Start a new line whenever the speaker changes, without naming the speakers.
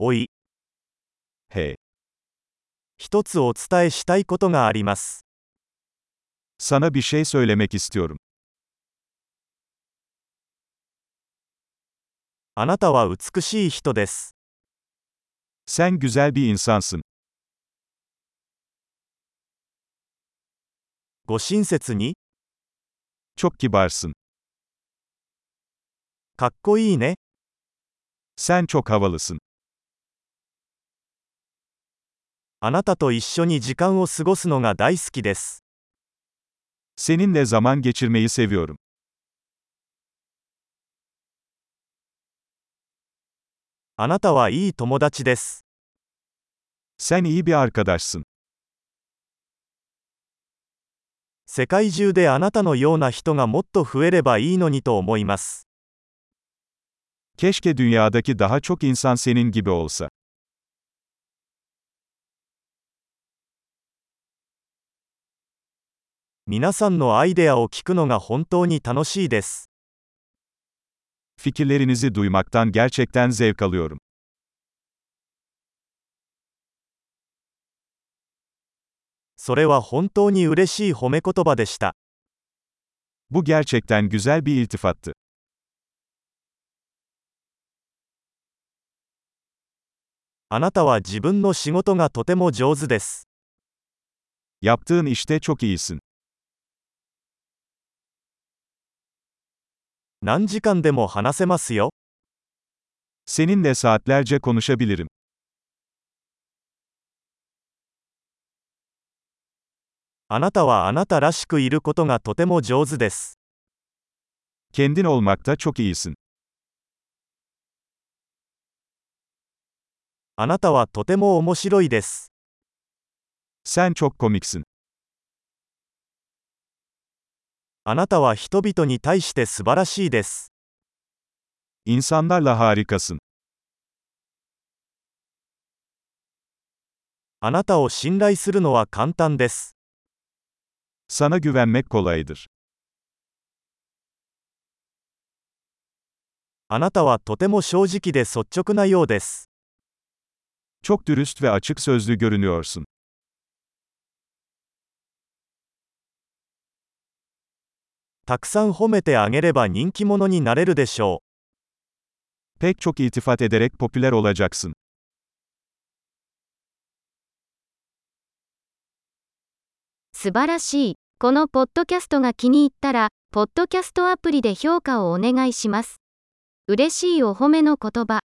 おい。
Hey,
一つお伝えしたいことがあります。
sana bir şey söylemek istiyorum.
あなたは美しい人です。
Sen güzel bir insansın.
ご親切に、
Çok kibarsın.
かっこいいね。
Sen çok havalısın.
あなたと一緒に時間を過ごすのが大好きです。
Seninle zaman geçirmeyi seviyorum.
あなたはいい友達です。
Sen iyi bir arkadaşsın.
世界中であなたのような人がもっと増えればいいのにと思います。
Keşke dünyadaki daha çok insan senin gibi olsa.
皆さんのアイデアを聞くのが本当に楽しいです。
Fikirlerinizi duymaktan gerçekten zevk alıyorum.
それは本当に嬉しい褒め言葉でした。
Bu gerçekten güzel bir iltifattı.
あなたは自分の仕事がとても上手です。
Yaptığın işte çok iyisin.
何時間でも話せますよ。
Seninle saatlerce konuşabilirim.
あなたはあなたらしくいることがとても上手です。
Kendin olmakta çok iyisin.
あなたはとても面白いです。
Sen çok komiksin.
あなたは人々に対して素晴らしいです。
İnsanlarla harikasın.
あなたを信頼するのは簡単です。
Sana güvenmek kolaydır.
あなたはとても正直で率直なようです。
Çok dürüst ve açık sözlü görünüyorsun.
たくさん褒めてあげれば人気者になれるでしょう。
Pek çok iltifat ederek popüler olacaksın.
素晴らしい。このポッドキャストが気に入ったら、ポッドキャストアプリで評価をお願いします。嬉しいお褒めの言葉。